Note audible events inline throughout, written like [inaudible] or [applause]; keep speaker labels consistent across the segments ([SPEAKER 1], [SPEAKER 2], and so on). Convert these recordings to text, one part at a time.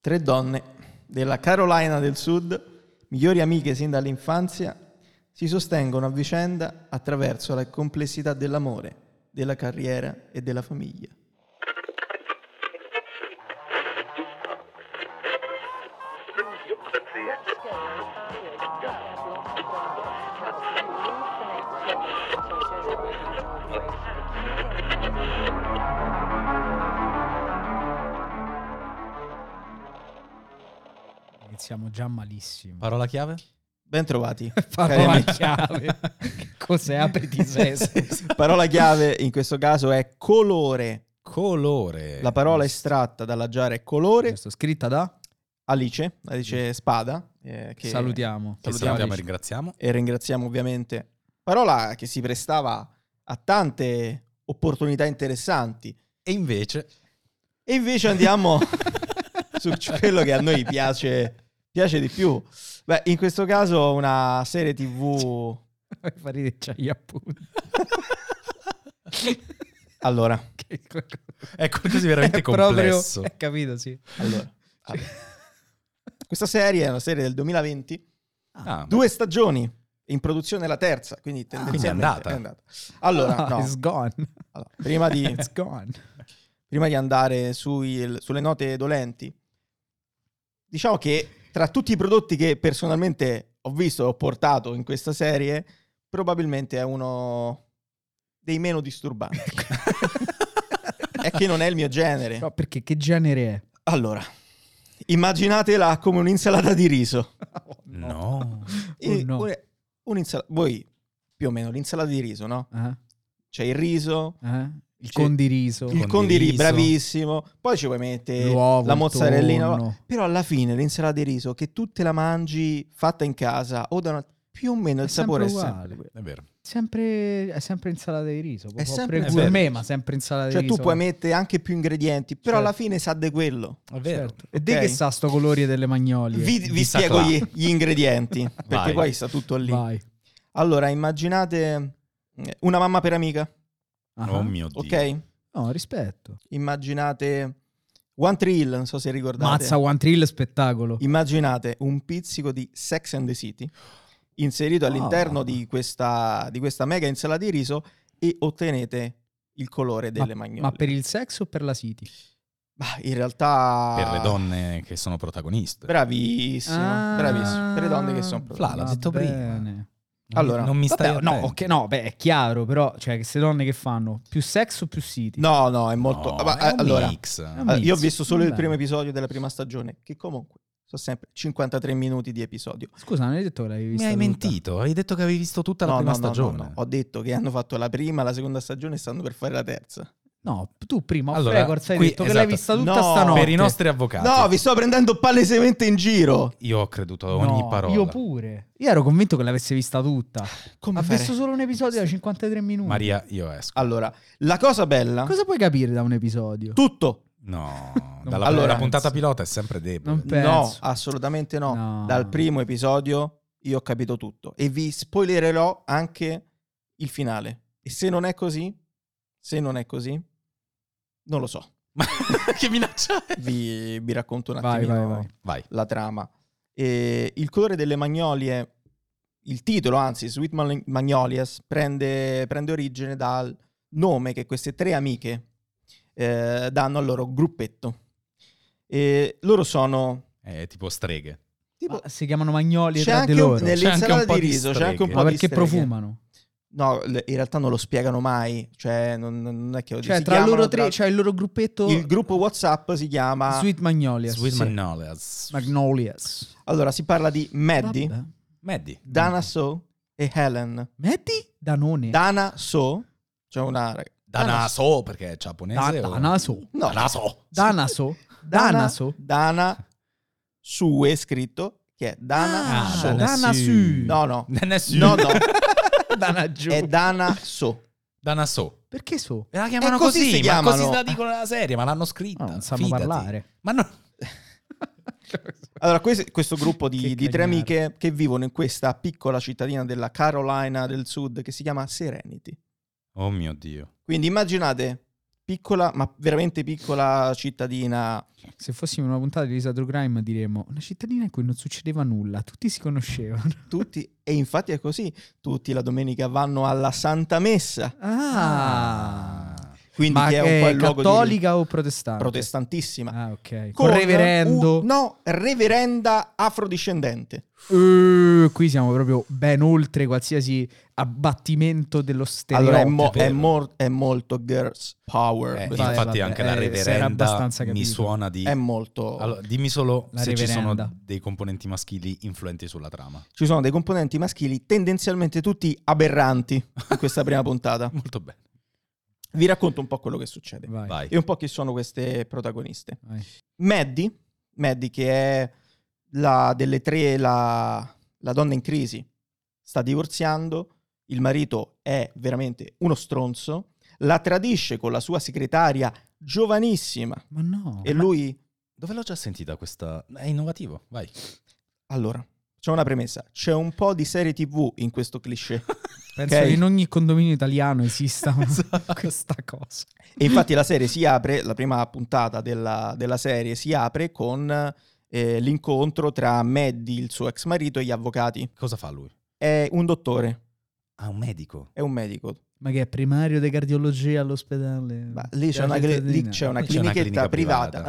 [SPEAKER 1] Tre donne della Carolina del Sud, migliori amiche sin dall'infanzia, si sostengono a vicenda attraverso la complessità dell'amore, della carriera e della famiglia.
[SPEAKER 2] Iniziamo
[SPEAKER 1] [laughs]
[SPEAKER 2] già malissimo.
[SPEAKER 3] Parola chiave?
[SPEAKER 1] Bentrovati. cari
[SPEAKER 2] [laughs] Parola
[SPEAKER 1] amici.
[SPEAKER 2] chiave.
[SPEAKER 1] [laughs]
[SPEAKER 2] Che Cos'è? Apriti sesto.
[SPEAKER 1] Parola chiave in questo caso è colore.
[SPEAKER 2] Eh,
[SPEAKER 3] Colore.
[SPEAKER 1] La parola estratta dalla giara è colore.
[SPEAKER 2] Questo, scritta da...
[SPEAKER 1] Alice, Alice Spada, eh, che
[SPEAKER 2] Salutiamo.
[SPEAKER 1] Salutiamo
[SPEAKER 3] Che salutiamo e
[SPEAKER 1] Alice.
[SPEAKER 3] ringraziamo.
[SPEAKER 1] e ringraziamo ovviamente. Parola che si prestava a tante opportunità interessanti.
[SPEAKER 3] E invece...
[SPEAKER 1] E invece
[SPEAKER 2] [laughs]
[SPEAKER 1] andiamo su quello che a noi piace, piace di più. Beh, in questo caso una serie tv...
[SPEAKER 2] Fai ridere, c'hai
[SPEAKER 1] [laughs]
[SPEAKER 2] gli appunti.
[SPEAKER 1] Allora,
[SPEAKER 2] Che-
[SPEAKER 3] È
[SPEAKER 1] [laughs]
[SPEAKER 3] qualcosa di veramente
[SPEAKER 2] È proprio-
[SPEAKER 3] complesso.
[SPEAKER 2] È capito, sì.
[SPEAKER 1] allora.
[SPEAKER 2] [laughs]
[SPEAKER 1] vabbè. Questa serie è una serie del 2020,
[SPEAKER 3] Ah, ma-
[SPEAKER 1] due stagioni, in produzione la terza, quindi tendenzialmente
[SPEAKER 3] andata.
[SPEAKER 1] Allora,
[SPEAKER 2] [laughs] Ah,
[SPEAKER 1] no,
[SPEAKER 2] It's gone.
[SPEAKER 1] allora, prima di
[SPEAKER 2] It's
[SPEAKER 1] [laughs]
[SPEAKER 2] gone.
[SPEAKER 1] prima di andare sui- sulle note dolenti, diciamo che tra tutti i prodotti che personalmente ho visto e ho portato in questa serie, probabilmente è uno dei meno disturbanti. è che non è il mio genere.
[SPEAKER 2] No, perché che genere è?
[SPEAKER 1] Allora, immaginatela come un'insalata di riso.
[SPEAKER 2] Oh,
[SPEAKER 3] No.
[SPEAKER 2] Oh, no.
[SPEAKER 1] Un- un'insala- voi più o meno l'insalata di riso, no?
[SPEAKER 2] Ah,
[SPEAKER 1] C'è il riso,
[SPEAKER 2] ah. Il
[SPEAKER 1] Sì.
[SPEAKER 2] condiriso.
[SPEAKER 1] Cioè, il condiri,
[SPEAKER 3] Condiriso.
[SPEAKER 1] bravissimo, poi ci puoi mettere
[SPEAKER 2] L'uovo,
[SPEAKER 1] la
[SPEAKER 2] il
[SPEAKER 1] mozzarellina,
[SPEAKER 2] tonno.
[SPEAKER 1] Però alla fine l'insalata di riso, che tu te la mangi fatta in casa, o da una- più o meno
[SPEAKER 2] È
[SPEAKER 1] il sapore è
[SPEAKER 2] sempre
[SPEAKER 1] sempre
[SPEAKER 2] uguale.
[SPEAKER 1] quello.
[SPEAKER 3] È vero.
[SPEAKER 2] Sempre, è sempre insalata di riso. È
[SPEAKER 1] sempre-
[SPEAKER 2] sempre
[SPEAKER 3] è
[SPEAKER 2] gourmet,
[SPEAKER 3] vero.
[SPEAKER 2] ma sempre insalata
[SPEAKER 1] Cioè
[SPEAKER 2] di riso.
[SPEAKER 1] tu puoi mettere anche più ingredienti, però
[SPEAKER 2] Certo.
[SPEAKER 1] alla fine sa di quello.
[SPEAKER 3] È vero.
[SPEAKER 2] Certo. E di
[SPEAKER 1] Ok.
[SPEAKER 2] che sa sto colori delle magnolie?
[SPEAKER 1] Vi, vi
[SPEAKER 3] di
[SPEAKER 1] spiego
[SPEAKER 3] sacla.
[SPEAKER 1] gli, gli
[SPEAKER 2] [laughs]
[SPEAKER 1] ingredienti, perché
[SPEAKER 3] Vai.
[SPEAKER 1] poi sta tutto lì.
[SPEAKER 2] Vai.
[SPEAKER 1] Allora, immaginate eh, una mamma per amica,
[SPEAKER 2] Ah.
[SPEAKER 3] Oh mio Dio.
[SPEAKER 1] ok?
[SPEAKER 2] No, rispetto.
[SPEAKER 1] Immaginate One Trill, non so se ricordate.
[SPEAKER 2] Mazza One Trill spettacolo.
[SPEAKER 1] Immaginate un pizzico di Sex and the City inserito
[SPEAKER 2] Ah.
[SPEAKER 1] all'interno di, questa, di questa mega insalata di riso e ottenete il colore delle magnolie.
[SPEAKER 2] Ma per il sesso o per la City?
[SPEAKER 1] Bah, in realtà...
[SPEAKER 3] Per le donne che sono protagoniste.
[SPEAKER 1] Bravissimo,
[SPEAKER 2] Ah.
[SPEAKER 1] bravissimo. Per le donne che sono...
[SPEAKER 3] Fla, l'ha
[SPEAKER 2] Va
[SPEAKER 3] detto prima.
[SPEAKER 2] bene.
[SPEAKER 3] Non mi-
[SPEAKER 1] allora,
[SPEAKER 3] non mi stai
[SPEAKER 2] Vabbè, no,
[SPEAKER 3] attento.
[SPEAKER 2] ok, no, beh, è chiaro, però, cioè, queste donne che fanno? Più sesso o più City?
[SPEAKER 1] No, no, è molto...
[SPEAKER 3] No, eh,
[SPEAKER 1] ma, eh,
[SPEAKER 3] è un
[SPEAKER 1] allora,
[SPEAKER 3] mix.
[SPEAKER 2] un
[SPEAKER 1] eh, io ho
[SPEAKER 2] mix.
[SPEAKER 1] visto solo il
[SPEAKER 2] Bene.
[SPEAKER 1] primo episodio della prima stagione, che comunque sono sempre 53 minuti di episodio.
[SPEAKER 2] Scusa, non hai detto che l'avevi
[SPEAKER 3] Mi
[SPEAKER 2] vista
[SPEAKER 3] hai
[SPEAKER 2] tutta?
[SPEAKER 3] mentito, hai detto che avevi visto tutta la
[SPEAKER 1] No,
[SPEAKER 3] prima
[SPEAKER 1] no, no, no,
[SPEAKER 3] stagione.
[SPEAKER 1] no. Ho detto che hanno fatto la prima, la seconda stagione e stanno per fare la terza.
[SPEAKER 2] No, tu prima off
[SPEAKER 3] Allora,
[SPEAKER 2] record hai
[SPEAKER 3] qui-
[SPEAKER 2] detto che l'hai vista
[SPEAKER 3] esatto.
[SPEAKER 2] tutta
[SPEAKER 1] No,
[SPEAKER 2] stanotte.
[SPEAKER 3] Per i nostri avvocati.
[SPEAKER 1] No, vi sto prendendo palesemente in giro.
[SPEAKER 3] Io ho creduto a
[SPEAKER 2] No,
[SPEAKER 3] ogni parola.
[SPEAKER 2] Io pure. Io ero convinto che l'avessi vista tutta.
[SPEAKER 1] Come
[SPEAKER 2] Ha
[SPEAKER 1] fare?
[SPEAKER 2] visto solo un episodio da 53 minuti.
[SPEAKER 3] Maria, io esco.
[SPEAKER 1] Allora, la cosa bella,
[SPEAKER 2] Cosa puoi capire da un episodio?
[SPEAKER 1] tutto. [laughs]
[SPEAKER 3] No,
[SPEAKER 2] Non
[SPEAKER 3] dalla
[SPEAKER 1] penso.
[SPEAKER 3] la puntata pilota è sempre debole.
[SPEAKER 2] Non penso.
[SPEAKER 1] No, assolutamente no.
[SPEAKER 2] No.
[SPEAKER 1] Dal primo episodio io ho capito tutto e vi spoilererò anche il finale. E se non è così, se non è così, non lo so.
[SPEAKER 3] [laughs] che
[SPEAKER 1] [laughs]
[SPEAKER 3] minaccia è?
[SPEAKER 1] Vi, vi racconto un
[SPEAKER 2] Vai,
[SPEAKER 1] attimino
[SPEAKER 2] vai, vai.
[SPEAKER 3] Vai.
[SPEAKER 1] la trama. E il colore delle magnolie, il titolo anzi, Sweet Mag- Magnolias, prende, prende origine dal nome che queste tre amiche eh, danno al loro gruppetto. E loro sono...
[SPEAKER 3] È tipo streghe.
[SPEAKER 1] Tipo,
[SPEAKER 2] Ma si chiamano Magnoli
[SPEAKER 1] c'è
[SPEAKER 2] tra
[SPEAKER 1] anche
[SPEAKER 2] di loro.
[SPEAKER 3] C'è anche
[SPEAKER 1] nell'insalata
[SPEAKER 3] un po'
[SPEAKER 1] di
[SPEAKER 3] di
[SPEAKER 1] riso c'è
[SPEAKER 3] streghe.
[SPEAKER 1] anche un po'
[SPEAKER 2] Ma
[SPEAKER 1] di
[SPEAKER 2] perché
[SPEAKER 1] streghe.
[SPEAKER 2] profumano?
[SPEAKER 1] No, le- in realtà non lo spiegano mai, cioè non, non è che
[SPEAKER 2] Cioè,
[SPEAKER 1] si
[SPEAKER 2] tra loro
[SPEAKER 1] chiamano
[SPEAKER 2] tre, c'è il loro gruppetto Ah.
[SPEAKER 1] il gruppo WhatsApp si chiama
[SPEAKER 2] Sweet Magnolias.
[SPEAKER 3] Sweet
[SPEAKER 2] Sì.
[SPEAKER 3] Magnolias.
[SPEAKER 2] Magnolias.
[SPEAKER 1] Allora si parla di Maddie,
[SPEAKER 2] Vabbè.
[SPEAKER 3] Maddie.
[SPEAKER 1] Dana So e Helen.
[SPEAKER 2] Metti Danone.
[SPEAKER 1] Dana So, cioè una rag-
[SPEAKER 3] Danaso, perché è giapponese.
[SPEAKER 2] Da-
[SPEAKER 3] o-
[SPEAKER 2] Danaso.
[SPEAKER 1] No,
[SPEAKER 3] Danaso.
[SPEAKER 2] Eh, Danaso.
[SPEAKER 1] Dana-
[SPEAKER 2] Danaso.
[SPEAKER 1] Dana Sue scritto che è Dana
[SPEAKER 2] Ah,
[SPEAKER 1] So.
[SPEAKER 2] Dana- [laughs]
[SPEAKER 1] No, no.
[SPEAKER 3] [laughs] Danasu.
[SPEAKER 1] No, no,
[SPEAKER 2] Dana giù.
[SPEAKER 1] è Dana So.
[SPEAKER 3] Danaso.
[SPEAKER 2] Perché so?
[SPEAKER 3] E la chiamano
[SPEAKER 1] E così si
[SPEAKER 3] così, ma
[SPEAKER 1] chiamano.
[SPEAKER 3] così se la dicono nella serie, ma l'hanno scritta.
[SPEAKER 2] Ah, non sanno
[SPEAKER 3] fidati.
[SPEAKER 2] parlare.
[SPEAKER 3] Ma no.
[SPEAKER 1] [laughs] Allora, quest- questo gruppo
[SPEAKER 2] Che
[SPEAKER 1] di, di tre
[SPEAKER 2] cagnara.
[SPEAKER 1] amiche che vivono in questa piccola cittadina della Carolina del Sud che si chiama Serenity.
[SPEAKER 3] Oh mio Dio.
[SPEAKER 1] Quindi immaginate piccola, ma veramente piccola cittadina.
[SPEAKER 2] Se fossimo in una puntata di Lisa True Crime diremmo una cittadina in cui non succedeva nulla, tutti si conoscevano.
[SPEAKER 1] Tutti, e infatti è così, tutti la domenica vanno alla Santa Messa,
[SPEAKER 2] Ah,
[SPEAKER 1] quindi
[SPEAKER 2] ma
[SPEAKER 1] che è un po' il luogo di-
[SPEAKER 2] cattolica o protestante?
[SPEAKER 1] protestantissima.
[SPEAKER 2] Ah, ok. Con,
[SPEAKER 1] Con
[SPEAKER 2] reverendo.
[SPEAKER 1] un- no, reverenda afrodiscendente.
[SPEAKER 2] Eh, qui siamo proprio ben oltre qualsiasi abbattimento dello stereotipo.
[SPEAKER 1] Allora è, mo-
[SPEAKER 3] vero.
[SPEAKER 1] è mor- è molto girls power.
[SPEAKER 3] Eh,
[SPEAKER 1] questo.
[SPEAKER 2] vai,
[SPEAKER 3] infatti
[SPEAKER 2] vabbè,
[SPEAKER 3] anche la
[SPEAKER 2] eh, si era
[SPEAKER 3] reverenda
[SPEAKER 2] abbastanza
[SPEAKER 3] mi
[SPEAKER 2] capito.
[SPEAKER 3] suona di...
[SPEAKER 1] è molto...
[SPEAKER 3] Allora, dimmi solo
[SPEAKER 2] La
[SPEAKER 3] se ci
[SPEAKER 2] reverenda.
[SPEAKER 3] sono dei componenti maschili influenti sulla trama.
[SPEAKER 1] [laughs] Ci sono dei componenti maschili tendenzialmente tutti aberranti in questa prima puntata.
[SPEAKER 3] Molto bene,
[SPEAKER 1] Vi racconto un po' quello che
[SPEAKER 2] [laughs]
[SPEAKER 1] succede
[SPEAKER 2] Vai,
[SPEAKER 3] vai.
[SPEAKER 1] e un po' chi sono queste protagoniste.
[SPEAKER 2] vai.
[SPEAKER 1] Maddie, Maddie che è la delle tre la, la donna in crisi, sta divorziando, il marito è veramente uno stronzo, la tradisce con la sua segretaria giovanissima
[SPEAKER 2] Ma no.
[SPEAKER 1] e lui...
[SPEAKER 3] Dove l'ho già sentita questa? È innovativo, vai.
[SPEAKER 1] Allora, c'è una premessa, c'è un po' di serie tv in questo cliché.
[SPEAKER 2] Penso
[SPEAKER 1] ok.
[SPEAKER 2] che in ogni condominio
[SPEAKER 1] [laughs]
[SPEAKER 2] italiano esista una-
[SPEAKER 3] Esatto.
[SPEAKER 2] questa cosa.
[SPEAKER 1] E infatti la serie si apre, la prima puntata della, della serie si apre con eh, l'incontro tra Maddie, il suo ex marito, e gli avvocati.
[SPEAKER 3] Cosa fa lui?
[SPEAKER 1] È un dottore,
[SPEAKER 3] Ah, un medico.
[SPEAKER 1] è un medico.
[SPEAKER 2] Ma che è primario di cardiologia all'ospedale?
[SPEAKER 1] Ma lì c'è una, cle- lì c'è una
[SPEAKER 3] Lì c'è una
[SPEAKER 1] clinichetta privata.
[SPEAKER 3] clinica privata.
[SPEAKER 1] Ma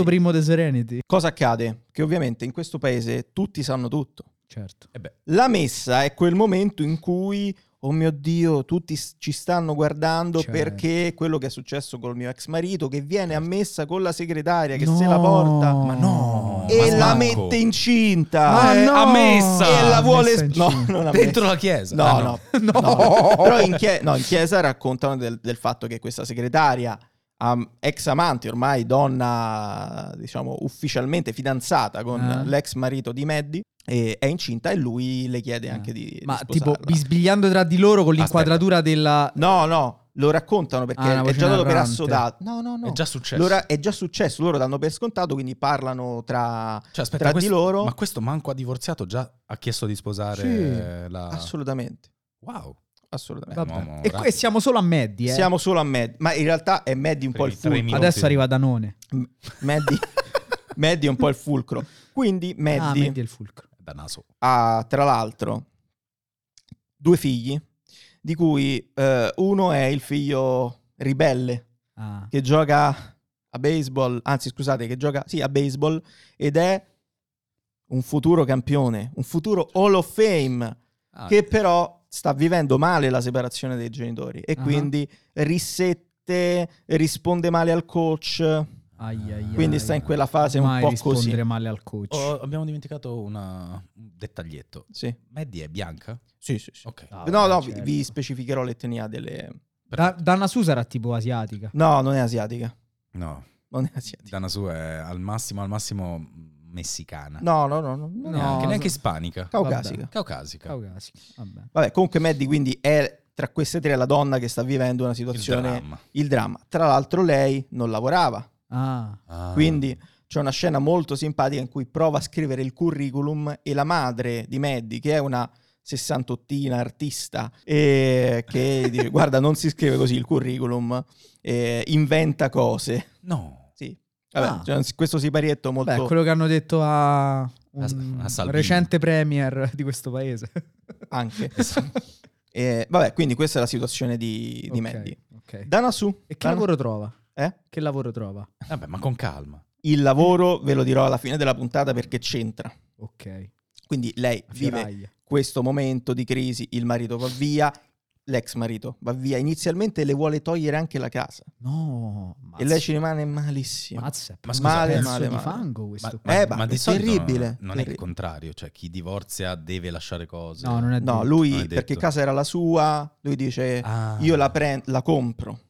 [SPEAKER 1] ragazzi,
[SPEAKER 2] I de Serenity.
[SPEAKER 1] cosa accade? Che ovviamente in questo paese tutti sanno tutto.
[SPEAKER 2] Certo.
[SPEAKER 3] E Eh beh,
[SPEAKER 1] La messa è quel momento in cui, oh mio Dio, tutti s- ci stanno guardando
[SPEAKER 2] Certo.
[SPEAKER 1] perché quello che è successo col mio ex marito che viene ammessa con la segretaria che
[SPEAKER 2] No.
[SPEAKER 1] se la porta.
[SPEAKER 2] Ma no.
[SPEAKER 1] e
[SPEAKER 3] Ma
[SPEAKER 1] la
[SPEAKER 3] manco.
[SPEAKER 1] mette incinta
[SPEAKER 2] Ma
[SPEAKER 1] Eh,
[SPEAKER 2] no!
[SPEAKER 1] a messa e la vuole
[SPEAKER 2] Messa
[SPEAKER 1] no,
[SPEAKER 2] incinta.
[SPEAKER 1] non a me.
[SPEAKER 3] dentro la chiesa.
[SPEAKER 1] no,
[SPEAKER 3] Ah,
[SPEAKER 1] no,
[SPEAKER 2] [laughs]
[SPEAKER 1] no,
[SPEAKER 2] No.
[SPEAKER 1] no. però in, chie- no, in chiesa raccontano del, del fatto che questa segretaria am- ex amante ormai donna diciamo ufficialmente fidanzata con
[SPEAKER 2] Ah.
[SPEAKER 1] l'ex marito di Maddie e è incinta e lui le chiede anche di,
[SPEAKER 2] Ma
[SPEAKER 1] di
[SPEAKER 2] tipo
[SPEAKER 1] sposarla.
[SPEAKER 2] bisbigliando tra di loro con
[SPEAKER 3] Aspetta.
[SPEAKER 2] l'inquadratura della...
[SPEAKER 1] no no lo raccontano perché
[SPEAKER 2] Ah, una
[SPEAKER 1] è
[SPEAKER 2] voce
[SPEAKER 1] già dato per
[SPEAKER 2] narrante.
[SPEAKER 1] assodato no no no
[SPEAKER 3] È già successo.
[SPEAKER 1] L'ora- è già successo loro danno per scontato quindi parlano tra
[SPEAKER 3] Cioè, aspetta,
[SPEAKER 1] tra di
[SPEAKER 3] questo-
[SPEAKER 1] loro-
[SPEAKER 3] Ma questo manco ha divorziato, già ha chiesto di sposare
[SPEAKER 1] Sì,
[SPEAKER 3] la...
[SPEAKER 1] assolutamente
[SPEAKER 3] Wow.
[SPEAKER 1] assolutamente
[SPEAKER 3] Beh,
[SPEAKER 2] Vabbè.
[SPEAKER 3] uomo,
[SPEAKER 2] e,
[SPEAKER 3] ra-
[SPEAKER 2] e siamo solo a Maddie, eh.
[SPEAKER 1] Siamo solo a Mad, ma in realtà è Mad un po' il
[SPEAKER 3] Tre- tre
[SPEAKER 1] fulcro.
[SPEAKER 2] Adesso
[SPEAKER 3] Sì.
[SPEAKER 2] arriva Danone. [laughs]
[SPEAKER 1] Maddie, Maddie è un po' il fulcro. Quindi Maddie,
[SPEAKER 2] Ah, Maddie è il fulcro.
[SPEAKER 3] Da naso.
[SPEAKER 1] ha tra l'altro due figli, di cui eh, uno è il figlio ribelle
[SPEAKER 2] Ah.
[SPEAKER 1] che gioca a baseball, anzi scusate, che gioca sì, a baseball ed è un futuro campione, un futuro Hall of Fame
[SPEAKER 3] Ah,
[SPEAKER 1] che però sta vivendo male la separazione dei genitori e
[SPEAKER 2] Ah.
[SPEAKER 1] quindi rissette, risponde male al coach.
[SPEAKER 2] Ah, Ai, ai, ai.
[SPEAKER 1] Quindi sta in quella fase un
[SPEAKER 2] Mai
[SPEAKER 1] po'
[SPEAKER 2] rispondere
[SPEAKER 1] così.
[SPEAKER 2] male al coach.
[SPEAKER 3] Oh, abbiamo dimenticato una- un dettaglietto.
[SPEAKER 1] Sì.
[SPEAKER 3] Maddie è bianca?
[SPEAKER 1] Sì, sì, sì.
[SPEAKER 3] Ok.
[SPEAKER 2] Ah,
[SPEAKER 1] no,
[SPEAKER 2] vabbè,
[SPEAKER 1] no, vi-
[SPEAKER 3] cioè,
[SPEAKER 2] certo.
[SPEAKER 1] vi specificherò l'etnia delle...
[SPEAKER 2] Da- Dana Susa era tipo asiatica.
[SPEAKER 1] No, non è asiatica.
[SPEAKER 3] No,
[SPEAKER 1] Non è asiatica.
[SPEAKER 3] Dana Su è al massimo, al massimo messicana.
[SPEAKER 1] No, no, no. no, non è
[SPEAKER 2] No.
[SPEAKER 1] anche-
[SPEAKER 3] neanche, neanche
[SPEAKER 2] no.
[SPEAKER 3] ispanica.
[SPEAKER 1] Caucasica.
[SPEAKER 2] Vabbè.
[SPEAKER 3] Caucasica.
[SPEAKER 2] Caucasica. Vabbè.
[SPEAKER 1] Vabbè, comunque Maddie quindi è tra queste tre la donna che sta vivendo una
[SPEAKER 3] Il
[SPEAKER 1] situazione...
[SPEAKER 3] dramma.
[SPEAKER 1] il dramma. Tra l'altro lei non lavorava,
[SPEAKER 2] Ah.
[SPEAKER 3] Ah.
[SPEAKER 1] Quindi c'è una scena molto simpatica in cui prova a scrivere il curriculum e la madre di Maddie, che è una sessantottina artista, e che dice guarda non si scrive così il curriculum, eh, inventa cose.
[SPEAKER 3] No.
[SPEAKER 1] Sì. Vabbè,
[SPEAKER 2] Ah.
[SPEAKER 1] cioè, questo siparietto molto...
[SPEAKER 2] Beh, quello che hanno detto a un
[SPEAKER 3] a Salvini.
[SPEAKER 2] recente premier di questo paese. [laughs]
[SPEAKER 1] anche. Eh, vabbè, quindi questa è la situazione di, di
[SPEAKER 2] Ok,
[SPEAKER 1] Maddie.
[SPEAKER 2] ok.
[SPEAKER 1] Dana su.
[SPEAKER 2] E che lavoro trova? Che lavoro trova?
[SPEAKER 3] Vabbè, ma con calma.
[SPEAKER 1] Il lavoro ve lo dirò alla fine della puntata perché c'entra.
[SPEAKER 2] Ok.
[SPEAKER 1] Quindi lei vive
[SPEAKER 2] Fioraia.
[SPEAKER 1] questo momento di crisi, il marito va via, l'ex marito va via, inizialmente le vuole togliere anche la casa
[SPEAKER 2] No.
[SPEAKER 1] e lei ci rimane malissimo.
[SPEAKER 2] Mazza, è proprio
[SPEAKER 3] Ma scusa,
[SPEAKER 2] un
[SPEAKER 3] male,
[SPEAKER 2] pezzo
[SPEAKER 1] male,
[SPEAKER 2] di
[SPEAKER 1] male.
[SPEAKER 2] fango questo.
[SPEAKER 1] ma- Eh, è
[SPEAKER 3] di solito
[SPEAKER 1] terribile,
[SPEAKER 3] Non è il
[SPEAKER 1] terribile.
[SPEAKER 3] contrario, cioè chi divorzia deve lasciare cose.
[SPEAKER 2] no, non
[SPEAKER 1] No,
[SPEAKER 2] è detto.
[SPEAKER 3] non è
[SPEAKER 1] lui
[SPEAKER 3] detto.
[SPEAKER 1] perché casa era la sua, lui dice
[SPEAKER 3] Ah.
[SPEAKER 1] io la, pre- la compro,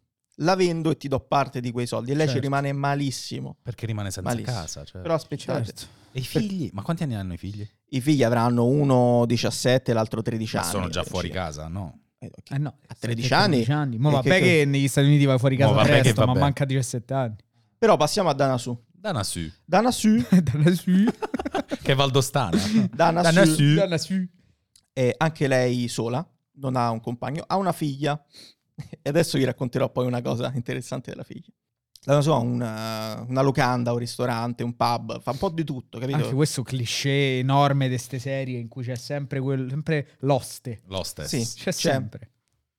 [SPEAKER 1] la vendo e ti do parte di quei soldi e lei ci
[SPEAKER 2] Certo.
[SPEAKER 1] rimane malissimo.
[SPEAKER 3] Perché rimane senza
[SPEAKER 1] Malissimo.
[SPEAKER 3] casa. cioè.
[SPEAKER 1] Però aspettate,
[SPEAKER 2] Certo.
[SPEAKER 3] E i figli? Ma quanti anni hanno i figli?
[SPEAKER 1] i figli avranno uno 17 e l'altro 13
[SPEAKER 3] Ma
[SPEAKER 1] anni.
[SPEAKER 3] sono già
[SPEAKER 1] per
[SPEAKER 3] fuori
[SPEAKER 1] circa.
[SPEAKER 3] casa, no?
[SPEAKER 1] Eh, ok.
[SPEAKER 2] Eh no,
[SPEAKER 1] A
[SPEAKER 2] se-
[SPEAKER 1] 13
[SPEAKER 2] se-
[SPEAKER 1] anni.
[SPEAKER 2] Mo
[SPEAKER 1] E
[SPEAKER 2] vabbè
[SPEAKER 1] che-
[SPEAKER 2] che, negli Stati Uniti vai fuori casa
[SPEAKER 3] Mo vabbè che
[SPEAKER 2] presto, ma
[SPEAKER 3] vabbè.
[SPEAKER 2] manca
[SPEAKER 1] [laughs]
[SPEAKER 2] 17 anni.
[SPEAKER 1] Però passiamo a Danasu.
[SPEAKER 2] [laughs]
[SPEAKER 3] Dana su.
[SPEAKER 1] Danasu,
[SPEAKER 2] Dana Eh, su.
[SPEAKER 3] Che è Valdostana.
[SPEAKER 1] Danasu,
[SPEAKER 3] Dana Su.
[SPEAKER 2] Dana su.
[SPEAKER 1] è anche lei sola, non ha un compagno, ha una figlia E adesso vi racconterò poi una cosa interessante della figlia. Non so, una, una locanda, un ristorante, un pub, fa un po' di tutto, capito?
[SPEAKER 2] Anche questo cliché enorme di ste serie in cui c'è sempre, quel, sempre l'oste.
[SPEAKER 3] [laughs] L'hostess.
[SPEAKER 1] Sì. C'è.
[SPEAKER 2] C'è sempre.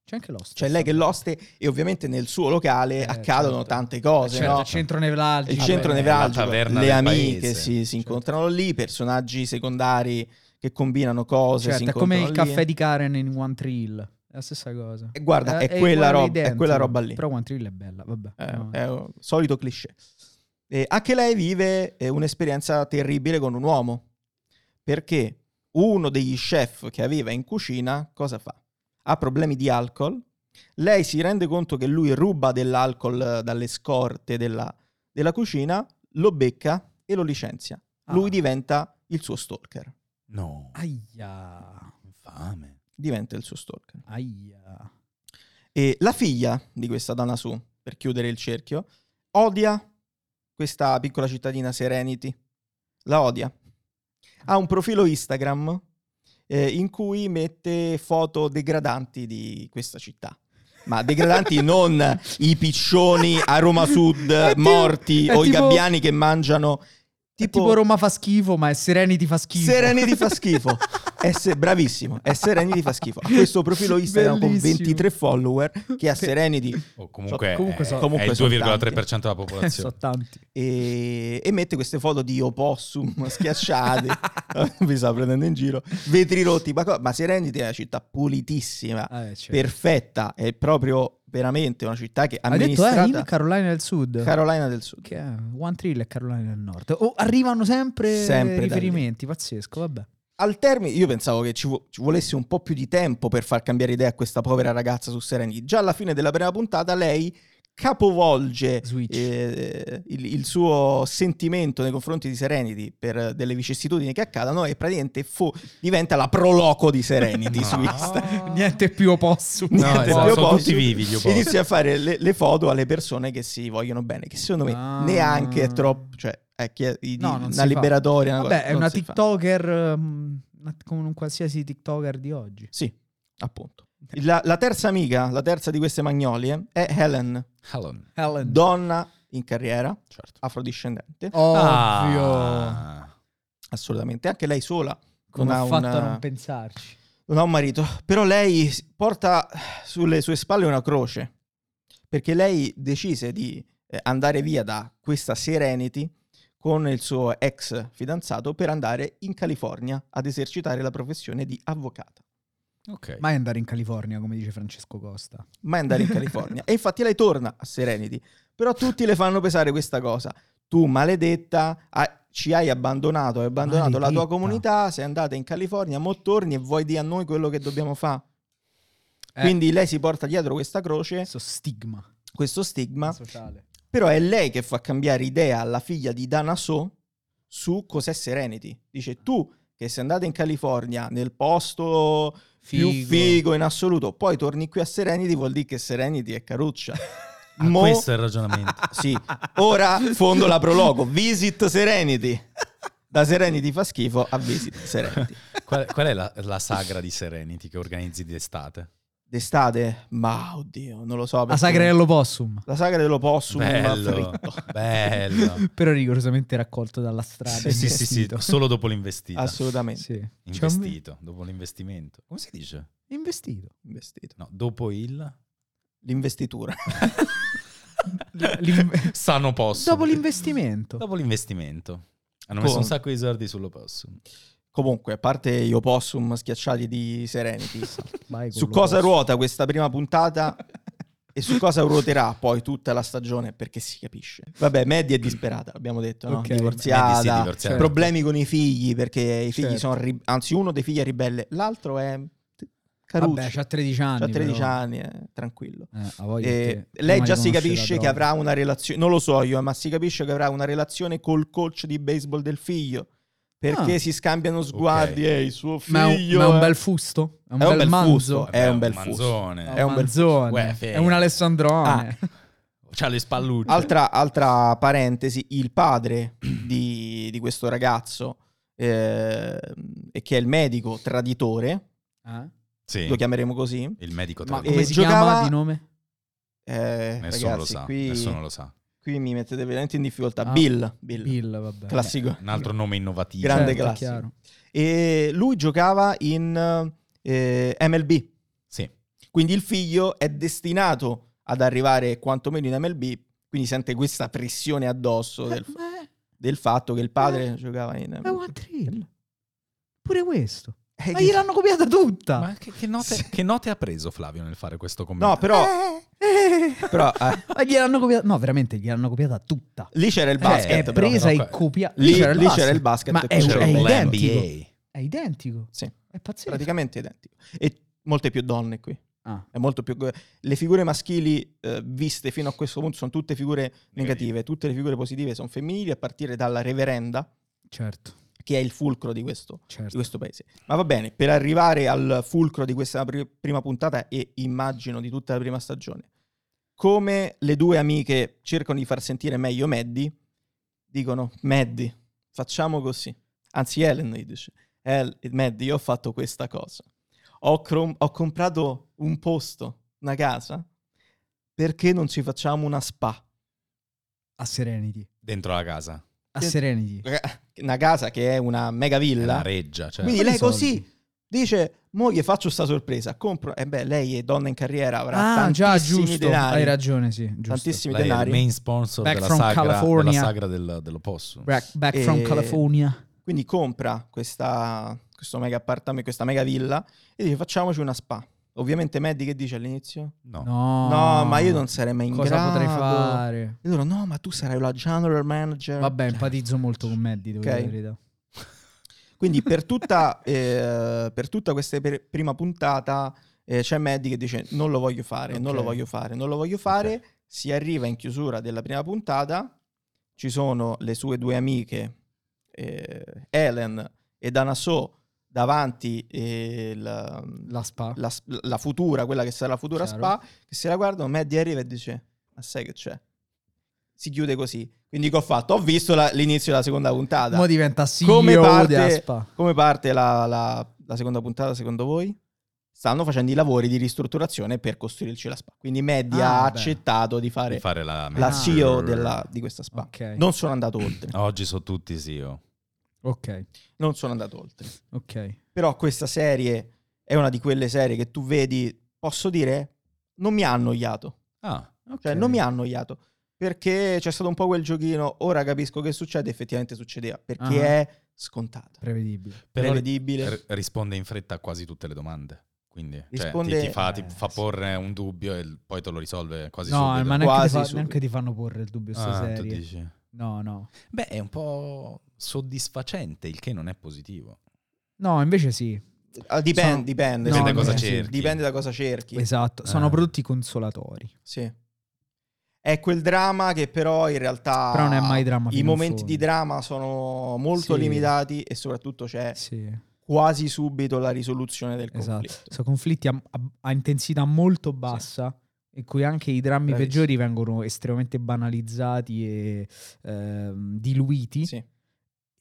[SPEAKER 2] C'è anche Eh, l'oste.
[SPEAKER 1] C'è Cioè, lei che è l'oste e ovviamente nel suo locale
[SPEAKER 2] Eh,
[SPEAKER 1] accadono
[SPEAKER 2] certo.
[SPEAKER 1] tante cose,
[SPEAKER 2] Certo,
[SPEAKER 1] no?
[SPEAKER 2] il centro nevralgico. Eh,
[SPEAKER 1] il centro
[SPEAKER 3] Vabbè,
[SPEAKER 1] nevralgico,
[SPEAKER 3] la taverna
[SPEAKER 1] le
[SPEAKER 3] del
[SPEAKER 1] amiche
[SPEAKER 3] paese.
[SPEAKER 1] si,
[SPEAKER 2] certo.
[SPEAKER 1] si incontrano lì, personaggi secondari che combinano cose, si
[SPEAKER 2] Certo, è come il
[SPEAKER 1] incontrano lì.
[SPEAKER 2] caffè di Karen in One Trill. È la stessa cosa.
[SPEAKER 1] E guarda,
[SPEAKER 2] Eh,
[SPEAKER 1] è, quella
[SPEAKER 2] uguale
[SPEAKER 1] roba, è quella
[SPEAKER 2] identico,
[SPEAKER 1] roba lì.
[SPEAKER 2] Però One Trill è bella, vabbè.
[SPEAKER 1] Eh,
[SPEAKER 2] No,
[SPEAKER 1] è un solito cliché. E anche lei vive eh, un'esperienza terribile con un uomo, perché uno degli chef che aveva in cucina cosa fa? Ha problemi di alcol, lei si rende conto che lui ruba dell'alcol eh, dalle scorte della, della cucina, lo becca e lo licenzia.
[SPEAKER 2] Ah.
[SPEAKER 1] Lui diventa il suo stalker.
[SPEAKER 3] No.
[SPEAKER 2] Aia,
[SPEAKER 3] Infame.
[SPEAKER 1] Diventa il suo stalker.
[SPEAKER 2] aia.
[SPEAKER 1] E la figlia di questa Danasu, per chiudere il cerchio, odia questa piccola cittadina Serenity. La odia. Ha un profilo Instagram eh, in cui mette foto degradanti di questa città. Ma
[SPEAKER 2] [laughs]
[SPEAKER 1] degradanti non i piccioni a Roma Sud
[SPEAKER 2] È tipo-
[SPEAKER 1] morti
[SPEAKER 2] è
[SPEAKER 1] o i
[SPEAKER 2] tipo-
[SPEAKER 1] gabbiani che mangiano.
[SPEAKER 2] È Tipo, Roma fa schifo, ma è Serenity fa schifo.
[SPEAKER 1] Serenity
[SPEAKER 2] [laughs]
[SPEAKER 1] fa schifo. È se- bravissimo, è Serenity fa schifo. Ha questo profilo Instagram
[SPEAKER 2] Bellissimo.
[SPEAKER 1] con 23 follower che a Serenity
[SPEAKER 3] O Oh, comunque,
[SPEAKER 2] So- comunque
[SPEAKER 3] è,
[SPEAKER 2] so-
[SPEAKER 1] comunque
[SPEAKER 3] è il
[SPEAKER 1] son
[SPEAKER 3] 2,3% della
[SPEAKER 2] [laughs] Eh, so
[SPEAKER 3] popolazione.
[SPEAKER 2] tanti.
[SPEAKER 1] e, e mette queste foto di opossum [laughs]
[SPEAKER 2] [laughs]
[SPEAKER 1] schiacciate, vi sta prendendo in giro, vetri rotti, ma, co- ma Serenity è una città pulitissima,
[SPEAKER 2] Ah, eh, certo.
[SPEAKER 1] perfetta, è proprio veramente una città che
[SPEAKER 2] ha detto eh,
[SPEAKER 1] amministrata
[SPEAKER 2] in Carolina del Sud.
[SPEAKER 1] Carolina del Sud.
[SPEAKER 2] che è One Trill e Carolina del Nord. Oh, arrivano sempre,
[SPEAKER 1] Sempre da lì.
[SPEAKER 2] riferimenti, pazzesco, vabbè.
[SPEAKER 1] Al termine, io pensavo che ci, vo- ci volesse un po' più di tempo per far cambiare idea a questa povera ragazza su Serenity. Già alla fine della prima puntata lei capovolge
[SPEAKER 2] Switch.
[SPEAKER 1] eh, il, il suo sentimento nei confronti di Serenity per eh, delle vicissitudini che accadono e praticamente fu- diventa la proloco di
[SPEAKER 2] [laughs]
[SPEAKER 1] Serenity su Instagram.
[SPEAKER 3] Ah.
[SPEAKER 2] Niente più opossum.
[SPEAKER 1] No,
[SPEAKER 3] No,
[SPEAKER 1] [laughs] Niente,
[SPEAKER 3] esatto,
[SPEAKER 1] io
[SPEAKER 3] sono
[SPEAKER 1] posso-
[SPEAKER 3] tutti vivi gli opossum.
[SPEAKER 1] Inizia a fare le, le foto alle persone che si vogliono bene, che secondo me
[SPEAKER 2] Ah.
[SPEAKER 1] neanche è troppo... Cioè, è chi- i- di-
[SPEAKER 2] No, non si
[SPEAKER 1] una
[SPEAKER 2] fa.
[SPEAKER 1] liberatoria. una
[SPEAKER 2] Vabbè,
[SPEAKER 1] cosa-
[SPEAKER 2] è
[SPEAKER 1] non
[SPEAKER 2] una
[SPEAKER 1] si fa.
[SPEAKER 2] TikToker ehm, una- come un qualsiasi TikToker di oggi.
[SPEAKER 1] Sì, appunto. La, la terza amica, la terza di queste magnolie, è Helen,
[SPEAKER 3] Helen.
[SPEAKER 2] Helen.
[SPEAKER 1] donna in carriera,
[SPEAKER 3] Certo.
[SPEAKER 1] afrodiscendente,
[SPEAKER 2] Oh. Ovvio.
[SPEAKER 3] Ah.
[SPEAKER 1] assolutamente, anche lei sola,
[SPEAKER 2] Come
[SPEAKER 1] non
[SPEAKER 2] ha
[SPEAKER 1] ha
[SPEAKER 2] fatto a
[SPEAKER 1] una-
[SPEAKER 2] non pensarci?
[SPEAKER 1] non ha un marito, però lei s- porta sulle sue spalle una croce, perché lei decise di eh, andare via da questa Serenity con il suo ex fidanzato per andare in California ad esercitare la professione di avvocata.
[SPEAKER 3] Ok.
[SPEAKER 2] Mai andare in California, come dice Francesco Costa.
[SPEAKER 1] mai andare in California. e infatti lei torna a Serenity, però tutti le fanno pesare questa cosa. Tu maledetta, ah, ci hai abbandonato, hai abbandonato la
[SPEAKER 2] Maledetta.
[SPEAKER 1] tua comunità, sei andata in California, mo torni e vuoi dire a noi quello che dobbiamo fare.
[SPEAKER 2] Eh.
[SPEAKER 1] Quindi lei si porta dietro questa croce,
[SPEAKER 2] Questo stigma
[SPEAKER 1] questo stigma,
[SPEAKER 2] sociale.
[SPEAKER 1] però è lei che fa cambiare idea alla figlia di Dana So su cos'è Serenity. Dice tu che sei andata in California nel posto più figo in assoluto. Poi torni qui a Serenity, vuol dire che Serenity è caruccia.
[SPEAKER 3] Ah,
[SPEAKER 1] Mo-
[SPEAKER 3] Questo è
[SPEAKER 2] [laughs]
[SPEAKER 3] il ragionamento.
[SPEAKER 1] Sì.
[SPEAKER 2] Ah,
[SPEAKER 1] Ora fondo la prologo. Visit Serenity. Da Serenity fa schifo a Visit Serenity.
[SPEAKER 3] Qual, qual è la, la sagra di Serenity che organizzi d'estate?
[SPEAKER 1] D'estate? Ma oddio, non lo so.
[SPEAKER 2] La
[SPEAKER 1] perché-
[SPEAKER 2] sagra dell'opossum.
[SPEAKER 1] La sagra dell'opossum. ma
[SPEAKER 3] Bello,
[SPEAKER 1] fritto.
[SPEAKER 3] bello.
[SPEAKER 2] Però rigorosamente raccolto dalla strada.
[SPEAKER 3] Sì, sì, sì, sì,
[SPEAKER 2] Investito.
[SPEAKER 3] solo dopo l'investita.
[SPEAKER 1] Assolutamente.
[SPEAKER 2] Sì. C'è un-
[SPEAKER 3] Investito, dopo l'investimento. Come si dice?
[SPEAKER 2] Investito.
[SPEAKER 1] Investito.
[SPEAKER 3] No, dopo il...
[SPEAKER 1] [laughs] L'investitura. [laughs]
[SPEAKER 2] l'in-
[SPEAKER 3] Sano possum.
[SPEAKER 2] Dopo l'investimento.
[SPEAKER 3] Dopo l'investimento. Hanno
[SPEAKER 1] Con-
[SPEAKER 3] messo un sacco di soldi sull'opossum.
[SPEAKER 1] Comunque, a parte gli opossum schiacciati di Serenity,
[SPEAKER 2] Vai con
[SPEAKER 1] su
[SPEAKER 2] lo
[SPEAKER 1] cosa
[SPEAKER 2] posso.
[SPEAKER 1] ruota questa prima puntata e su cosa ruoterà poi tutta la stagione perché si capisce. Vabbè, Maddie è disperata, abbiamo detto, no?
[SPEAKER 2] Ok,
[SPEAKER 1] divorziata,
[SPEAKER 3] Maddie sì, divorziata.
[SPEAKER 1] cioè, problemi con i figli perché i figli
[SPEAKER 2] Certo.
[SPEAKER 1] sono ri- anzi uno dei figli è ribelle, l'altro è caruccio.
[SPEAKER 2] Vabbè, c'ha 13 anni.
[SPEAKER 1] C'ha 13
[SPEAKER 2] però.
[SPEAKER 1] anni, eh, tranquillo.
[SPEAKER 2] Eh, ha voglia
[SPEAKER 1] Eh,
[SPEAKER 2] che prima
[SPEAKER 1] lei
[SPEAKER 2] di
[SPEAKER 1] già si
[SPEAKER 2] conoscere la
[SPEAKER 1] capisce che
[SPEAKER 2] droga.
[SPEAKER 1] avrà una relazione, non lo so io, eh, ma si capisce che avrà una relazione col coach di baseball del figlio. Perché
[SPEAKER 2] Ah.
[SPEAKER 1] si scambiano sguardi e il suo figlio
[SPEAKER 2] Ma è un, ma è un
[SPEAKER 1] eh.
[SPEAKER 2] bel fusto? È un
[SPEAKER 1] È un
[SPEAKER 2] bel,
[SPEAKER 1] bel
[SPEAKER 2] manzo?
[SPEAKER 1] fusto, È un bel
[SPEAKER 3] manzone.
[SPEAKER 2] È
[SPEAKER 1] È
[SPEAKER 2] un
[SPEAKER 1] un bel
[SPEAKER 2] manzone.
[SPEAKER 3] fusto. Uè, fede.
[SPEAKER 2] È un
[SPEAKER 1] Ah.
[SPEAKER 2] Alessandrone. Eh?
[SPEAKER 3] C'ha le spallucce.
[SPEAKER 1] Altra, altra parentesi, il padre di, di questo ragazzo, eh, e che è il medico traditore,
[SPEAKER 2] Ah.
[SPEAKER 3] Sì.
[SPEAKER 1] lo chiameremo così.
[SPEAKER 3] Il medico
[SPEAKER 1] Ma-
[SPEAKER 3] tra
[SPEAKER 1] eh,
[SPEAKER 2] Come si
[SPEAKER 1] giocava-
[SPEAKER 2] chiama di nome?
[SPEAKER 1] Eh,
[SPEAKER 3] Nessuno
[SPEAKER 1] ragazzi,
[SPEAKER 3] lo sa,
[SPEAKER 1] qui,
[SPEAKER 3] nessuno lo sa.
[SPEAKER 1] qui mi mettete veramente in difficoltà.
[SPEAKER 2] Ah.
[SPEAKER 1] Bill, Bill,
[SPEAKER 2] Bill, vabbè. Eh,
[SPEAKER 1] classico.
[SPEAKER 3] Un altro nome innovativo. Cioè,
[SPEAKER 1] grande
[SPEAKER 2] Certo, è
[SPEAKER 1] classico.
[SPEAKER 2] chiaro.
[SPEAKER 1] E lui giocava in eh, MLB,
[SPEAKER 3] Sì.
[SPEAKER 1] quindi il figlio è destinato ad arrivare quantomeno in MLB, quindi sente questa pressione addosso del,
[SPEAKER 2] Ma è-
[SPEAKER 1] del fatto che il padre giocava in
[SPEAKER 2] ma Eh, è
[SPEAKER 1] MLB.
[SPEAKER 2] One Thrill. Pure questo.
[SPEAKER 1] Eh,
[SPEAKER 2] Ma
[SPEAKER 1] che-
[SPEAKER 2] gliel'hanno copiata tutta.
[SPEAKER 3] Ma che, che note,
[SPEAKER 1] Ah. Sì.
[SPEAKER 3] che note ha preso Flavio nel fare questo commento?
[SPEAKER 1] No, però,
[SPEAKER 2] Eh.
[SPEAKER 1] però, eh,
[SPEAKER 2] Ma gliel'hanno copiata. No, veramente gliel'hanno copiata tutta. Cioè,
[SPEAKER 1] lì c'era il
[SPEAKER 3] Eh,
[SPEAKER 2] È
[SPEAKER 1] basket, però.
[SPEAKER 2] presa
[SPEAKER 3] no,
[SPEAKER 2] e
[SPEAKER 3] que-
[SPEAKER 2] copia.
[SPEAKER 1] Lì, lì c'era il
[SPEAKER 2] basket.
[SPEAKER 1] basket.
[SPEAKER 2] Ma
[SPEAKER 1] e
[SPEAKER 2] è
[SPEAKER 1] qui c'era
[SPEAKER 2] un-
[SPEAKER 1] il
[SPEAKER 2] è
[SPEAKER 1] basket.
[SPEAKER 2] identico. È identico.
[SPEAKER 1] Sì.
[SPEAKER 2] È pazzesco.
[SPEAKER 1] praticamente identico. E molte più donne qui.
[SPEAKER 2] Ah.
[SPEAKER 1] È molto più... Le figure maschili eh, viste fino a questo punto sono tutte figure negative, tutte le figure positive sono femminili, a partire dalla reverenda,
[SPEAKER 2] Certo,
[SPEAKER 1] che è il fulcro di questo, di
[SPEAKER 2] certo.
[SPEAKER 1] questo paese. Ma va bene, per arrivare al fulcro di questa pri- prima puntata e immagino di tutta la prima stagione, come le due amiche cercano di far sentire meglio Maddie, dicono Maddie, facciamo così. Anzi Helen gli dice, "El- Maddie, io ho fatto questa cosa. Ho, crom- ho comprato un posto, una casa, perché non ci facciamo una spa? [laughs]
[SPEAKER 2] A Serenity.
[SPEAKER 3] Dentro la casa.
[SPEAKER 2] A
[SPEAKER 1] Sì.
[SPEAKER 2] Serenity.
[SPEAKER 1] Una casa che è una mega
[SPEAKER 3] È
[SPEAKER 1] villa.
[SPEAKER 3] una reggia. Cioè.
[SPEAKER 1] Quindi
[SPEAKER 2] Quali
[SPEAKER 1] lei
[SPEAKER 2] soldi?
[SPEAKER 1] così dice: Mo gli faccio sta sorpresa. Compro. E beh, lei è donna in carriera, avrà
[SPEAKER 2] Ah, già,
[SPEAKER 1] tantissimi
[SPEAKER 2] giusto.
[SPEAKER 1] denari.
[SPEAKER 2] Hai ragione, sì. Giusto.
[SPEAKER 1] Tantissimi
[SPEAKER 3] Lei è il
[SPEAKER 1] denari.
[SPEAKER 3] main sponsor
[SPEAKER 2] Back
[SPEAKER 3] della
[SPEAKER 2] from
[SPEAKER 3] sagra, della
[SPEAKER 2] California.
[SPEAKER 3] sagra del, dell'opossum.
[SPEAKER 2] Back, back from
[SPEAKER 1] E-
[SPEAKER 2] California.
[SPEAKER 1] Quindi compra questa, questo mega appartamento, questa mega villa e dice: Facciamoci una spa. Ovviamente, Maddie che dice all'inizio?
[SPEAKER 3] No.
[SPEAKER 2] No.
[SPEAKER 1] No, ma io non sarei mai in
[SPEAKER 2] Cosa
[SPEAKER 1] grado.
[SPEAKER 2] potrei fare?
[SPEAKER 1] E loro: No, ma tu sarai la general manager.
[SPEAKER 2] Vabbè, empatizzo molto con Maddie, devo
[SPEAKER 1] Ok.
[SPEAKER 2] dire la verità.
[SPEAKER 1] Quindi
[SPEAKER 2] [laughs]
[SPEAKER 1] per tutta, eh, per tutta questa per- prima puntata eh, c'è Maddie che dice non lo voglio fare, non lo
[SPEAKER 2] Ok.
[SPEAKER 1] voglio fare, non lo voglio fare. Si arriva in chiusura della prima puntata, ci sono le sue due amiche, eh, Ellen e Dana So, davanti eh, la,
[SPEAKER 2] La spa.
[SPEAKER 1] la s- la futura, quella che sarà la futura
[SPEAKER 2] Chiaro.
[SPEAKER 1] spa, che se la guardano, Maddie arriva e dice ma sai che c'è? Si chiude così. Quindi che ho fatto? Ho visto la- l'inizio della seconda puntata.
[SPEAKER 2] Mo diventa CEO
[SPEAKER 1] Come parte-
[SPEAKER 2] della spa.
[SPEAKER 1] Come parte la, la- la seconda puntata, secondo voi? Stanno facendo i lavori di ristrutturazione per costruirci la spa. Quindi Media
[SPEAKER 2] Ah,
[SPEAKER 1] ha
[SPEAKER 2] beh.
[SPEAKER 1] accettato di fare,
[SPEAKER 3] Di fare la,
[SPEAKER 1] la
[SPEAKER 2] Ah.
[SPEAKER 1] CEO della- di questa spa.
[SPEAKER 2] Ok.
[SPEAKER 1] Non sono andato oltre.
[SPEAKER 3] Oggi sono tutti CEO.
[SPEAKER 2] Ok,
[SPEAKER 1] Non sono andato oltre.
[SPEAKER 2] ok.
[SPEAKER 1] Però questa serie è una di quelle serie che tu vedi, posso dire, non mi ha annoiato.
[SPEAKER 3] Ah,
[SPEAKER 1] Cioè,
[SPEAKER 2] Ok.
[SPEAKER 1] non mi ha annoiato. Perché c'è stato un po' quel giochino, ora capisco che succede, effettivamente succedeva. Perché
[SPEAKER 2] Ah.
[SPEAKER 1] è scontata,
[SPEAKER 2] Prevedibile.
[SPEAKER 3] però
[SPEAKER 1] prevedibile.
[SPEAKER 3] r- risponde in fretta a quasi tutte le domande. Quindi cioè, ti-
[SPEAKER 1] Risponde-
[SPEAKER 3] ti, fa, ti
[SPEAKER 2] eh,
[SPEAKER 3] fa
[SPEAKER 2] sì.
[SPEAKER 3] porre un dubbio e l- poi te lo risolve quasi
[SPEAKER 2] No,
[SPEAKER 3] subito.
[SPEAKER 2] ma neanche
[SPEAKER 1] Quasi
[SPEAKER 2] ti, fa-
[SPEAKER 1] subito.
[SPEAKER 2] neanche ti fanno porre il dubbio sta
[SPEAKER 3] Ah, tu
[SPEAKER 2] serie.
[SPEAKER 3] dici.
[SPEAKER 2] No, no.
[SPEAKER 3] Beh, è un po' soddisfacente, il che non è positivo.
[SPEAKER 2] No, invece sì.
[SPEAKER 1] Ah, dipende,
[SPEAKER 2] Sono-
[SPEAKER 1] dipende.
[SPEAKER 2] No,
[SPEAKER 1] secondo
[SPEAKER 2] dipende cosa
[SPEAKER 1] me, sì.
[SPEAKER 3] cerchi.
[SPEAKER 1] Dipende da cosa cerchi.
[SPEAKER 2] Esatto. Sono
[SPEAKER 3] Ah.
[SPEAKER 2] prodotti consolatori.
[SPEAKER 1] Sì. È quel dramma che però in realtà...
[SPEAKER 2] Però non è mai dramma
[SPEAKER 1] Ah, I
[SPEAKER 2] fino in
[SPEAKER 1] momenti di
[SPEAKER 2] fondo.
[SPEAKER 1] dramma sono molto
[SPEAKER 2] Sì.
[SPEAKER 1] limitati e soprattutto c'è
[SPEAKER 2] Sì.
[SPEAKER 1] quasi subito la risoluzione del
[SPEAKER 2] Esatto.
[SPEAKER 1] conflitto.
[SPEAKER 2] Sono conflitti a, a- a intensità molto bassa, in cui anche i drammi
[SPEAKER 1] Bravissimo.
[SPEAKER 2] peggiori vengono estremamente banalizzati e ehm, diluiti,
[SPEAKER 1] Sì.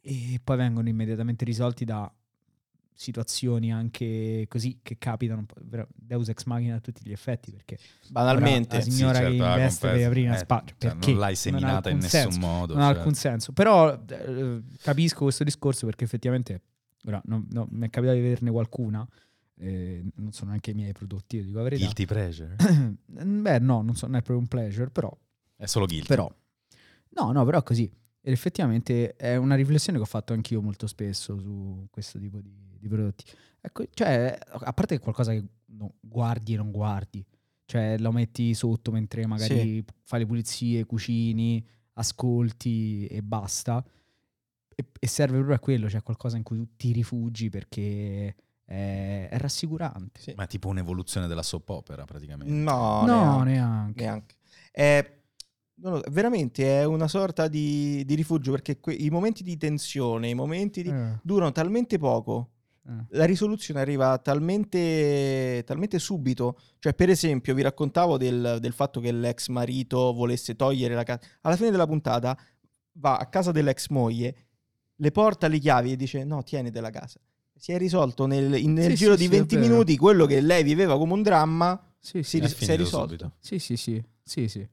[SPEAKER 2] e poi vengono immediatamente risolti da situazioni anche così che capitano. un po' vera- Deus ex machina a tutti gli effetti, perché
[SPEAKER 1] Banalmente.
[SPEAKER 2] La
[SPEAKER 3] Sì,
[SPEAKER 2] signora che
[SPEAKER 3] certo, la
[SPEAKER 2] investe per
[SPEAKER 3] compensa-
[SPEAKER 2] aprire una
[SPEAKER 3] eh,
[SPEAKER 2] spa, cioè,
[SPEAKER 3] cioè,
[SPEAKER 2] perché?
[SPEAKER 3] non l'hai
[SPEAKER 2] Non ha
[SPEAKER 3] seminata
[SPEAKER 2] alcun
[SPEAKER 3] in nessun
[SPEAKER 2] senso.
[SPEAKER 3] modo.
[SPEAKER 2] non ha
[SPEAKER 3] cioè.
[SPEAKER 2] alcun senso. Però eh, capisco questo discorso perché effettivamente ora, non- non- mi è capitato di vederne qualcuna. eh, non sono neanche i miei prodotti, io dico la verità.
[SPEAKER 3] Guilty pleasure?
[SPEAKER 2] [coughs] Beh, no, non, so, non è proprio un pleasure, però,
[SPEAKER 3] È solo guilty.
[SPEAKER 2] però. No, no, però così. Ed effettivamente è una riflessione che ho fatto anch'io molto spesso su questo tipo di, di prodotti. Ecco, cioè, a parte che è qualcosa che no, guardi e non guardi, cioè lo metti sotto mentre magari fai le pulizie, cucini, ascolti e basta. E, e serve proprio a quello, cioè qualcosa in cui tu ti rifugi perché è, è rassicurante.
[SPEAKER 1] Sì.
[SPEAKER 3] Ma è tipo un'evoluzione della soap opera, praticamente.
[SPEAKER 1] No,
[SPEAKER 2] No,
[SPEAKER 1] neanche.
[SPEAKER 2] neanche.
[SPEAKER 1] neanche. È- non lo so, veramente è una sorta di, di rifugio perché que- i momenti di tensione, i momenti di...
[SPEAKER 2] Eh,
[SPEAKER 1] durano talmente poco
[SPEAKER 2] eh.
[SPEAKER 1] la risoluzione arriva talmente, talmente subito. Cioè, per esempio, vi raccontavo del, del fatto che l'ex marito volesse togliere la casa. Alla fine della puntata va a casa dell'ex moglie, le porta le chiavi e dice: No, tieniti la casa. si è risolto nel, in- nel
[SPEAKER 2] Sì,
[SPEAKER 1] giro
[SPEAKER 2] sì,
[SPEAKER 1] di
[SPEAKER 2] sì, è
[SPEAKER 1] 20
[SPEAKER 2] vero.
[SPEAKER 1] minuti quello che lei viveva come un dramma,
[SPEAKER 2] Sì,
[SPEAKER 1] si,
[SPEAKER 2] sì,
[SPEAKER 3] È
[SPEAKER 1] ris- si è
[SPEAKER 3] finito
[SPEAKER 1] risolto.
[SPEAKER 3] subito.
[SPEAKER 2] sì, sì, sì, sì, sì.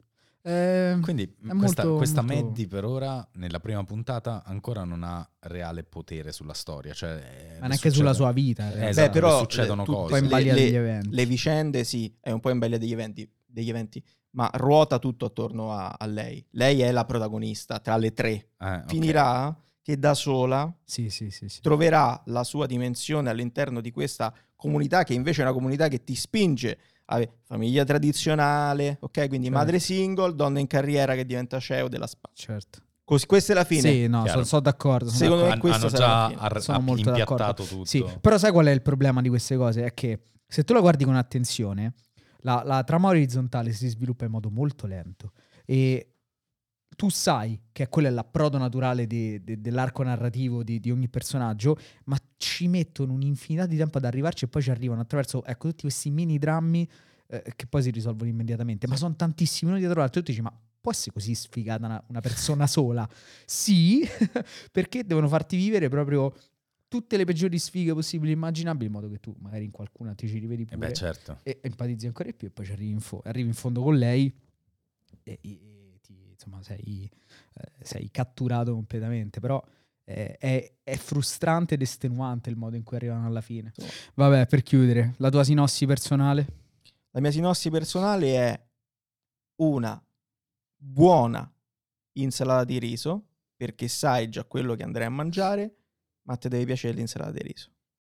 [SPEAKER 2] Ehm,
[SPEAKER 3] Quindi
[SPEAKER 2] Mm. È
[SPEAKER 3] questa,
[SPEAKER 2] molto-
[SPEAKER 3] questa
[SPEAKER 2] molto-
[SPEAKER 3] Maddy per ora, nella prima puntata, ancora non ha reale potere sulla storia. Cioè,
[SPEAKER 2] ma neanche sulla sua vita. in realtà.
[SPEAKER 3] Esatto,
[SPEAKER 1] Beh, però,
[SPEAKER 3] le succedono
[SPEAKER 1] le- tutte
[SPEAKER 3] cose.
[SPEAKER 2] Poi in
[SPEAKER 1] le-
[SPEAKER 2] balia
[SPEAKER 1] le-
[SPEAKER 2] degli eventi.
[SPEAKER 1] Le vicende, sì, è un po' in balia degli eventi, degli eventi, ma ruota tutto attorno a, a lei. Lei è la protagonista tra le tre.
[SPEAKER 3] vita.
[SPEAKER 1] Finirà che da sola
[SPEAKER 2] Sì, sì, sì, sì.
[SPEAKER 1] troverà la sua dimensione all'interno di questa comunità che invece è una comunità che ti spinge a famiglia tradizionale, ok? Quindi
[SPEAKER 2] Certo.
[SPEAKER 1] madre single, donna in carriera che diventa CEO della spa.
[SPEAKER 2] certo.
[SPEAKER 1] Così, questa è la fine.
[SPEAKER 2] Sì, no,
[SPEAKER 3] Chiaro.
[SPEAKER 2] sono sono d'accordo. sono
[SPEAKER 1] Secondo me
[SPEAKER 2] d'accordo.
[SPEAKER 1] questa
[SPEAKER 3] hanno
[SPEAKER 1] sarà la
[SPEAKER 3] già
[SPEAKER 1] fine.
[SPEAKER 3] ar-
[SPEAKER 2] Sono
[SPEAKER 3] app-
[SPEAKER 2] molto d'accordo.
[SPEAKER 3] impiattato tutto.
[SPEAKER 2] Sì, però sai qual è il problema di queste cose? È che se tu la guardi con attenzione, la, la trama orizzontale si sviluppa in modo molto lento e tu sai che quello è l'approdo naturale de- de- dell'arco narrativo di, di ogni personaggio, ma ci mettono un'infinità di tempo ad arrivarci e poi ci arrivano attraverso ecco, tutti questi mini drammi eh, che poi si risolvono immediatamente, ma sono tantissimi uno dietro l'altro e tu dici ma può essere così sfigata una- una persona [laughs] sola? Sì, [laughs] perché devono farti vivere proprio tutte le peggiori sfighe possibili e immaginabili, in modo che tu magari in qualcuna ti ci rivedi
[SPEAKER 3] E
[SPEAKER 2] pure
[SPEAKER 3] beh, certo.
[SPEAKER 2] e empatizzi ancora di più e poi ci arrivi in, fo- arrivi in fondo con lei e, e- e ti- insomma sei, eh, sei catturato completamente, però eh, è, è frustrante ed estenuante il modo in cui arrivano alla fine.
[SPEAKER 1] Insomma.
[SPEAKER 2] Vabbè, per chiudere, la tua sinossi personale?
[SPEAKER 1] La mia sinossi personale è una buona insalata di riso, perché sai già quello che andrai a mangiare, ma ti deve piacere l'insalata di riso.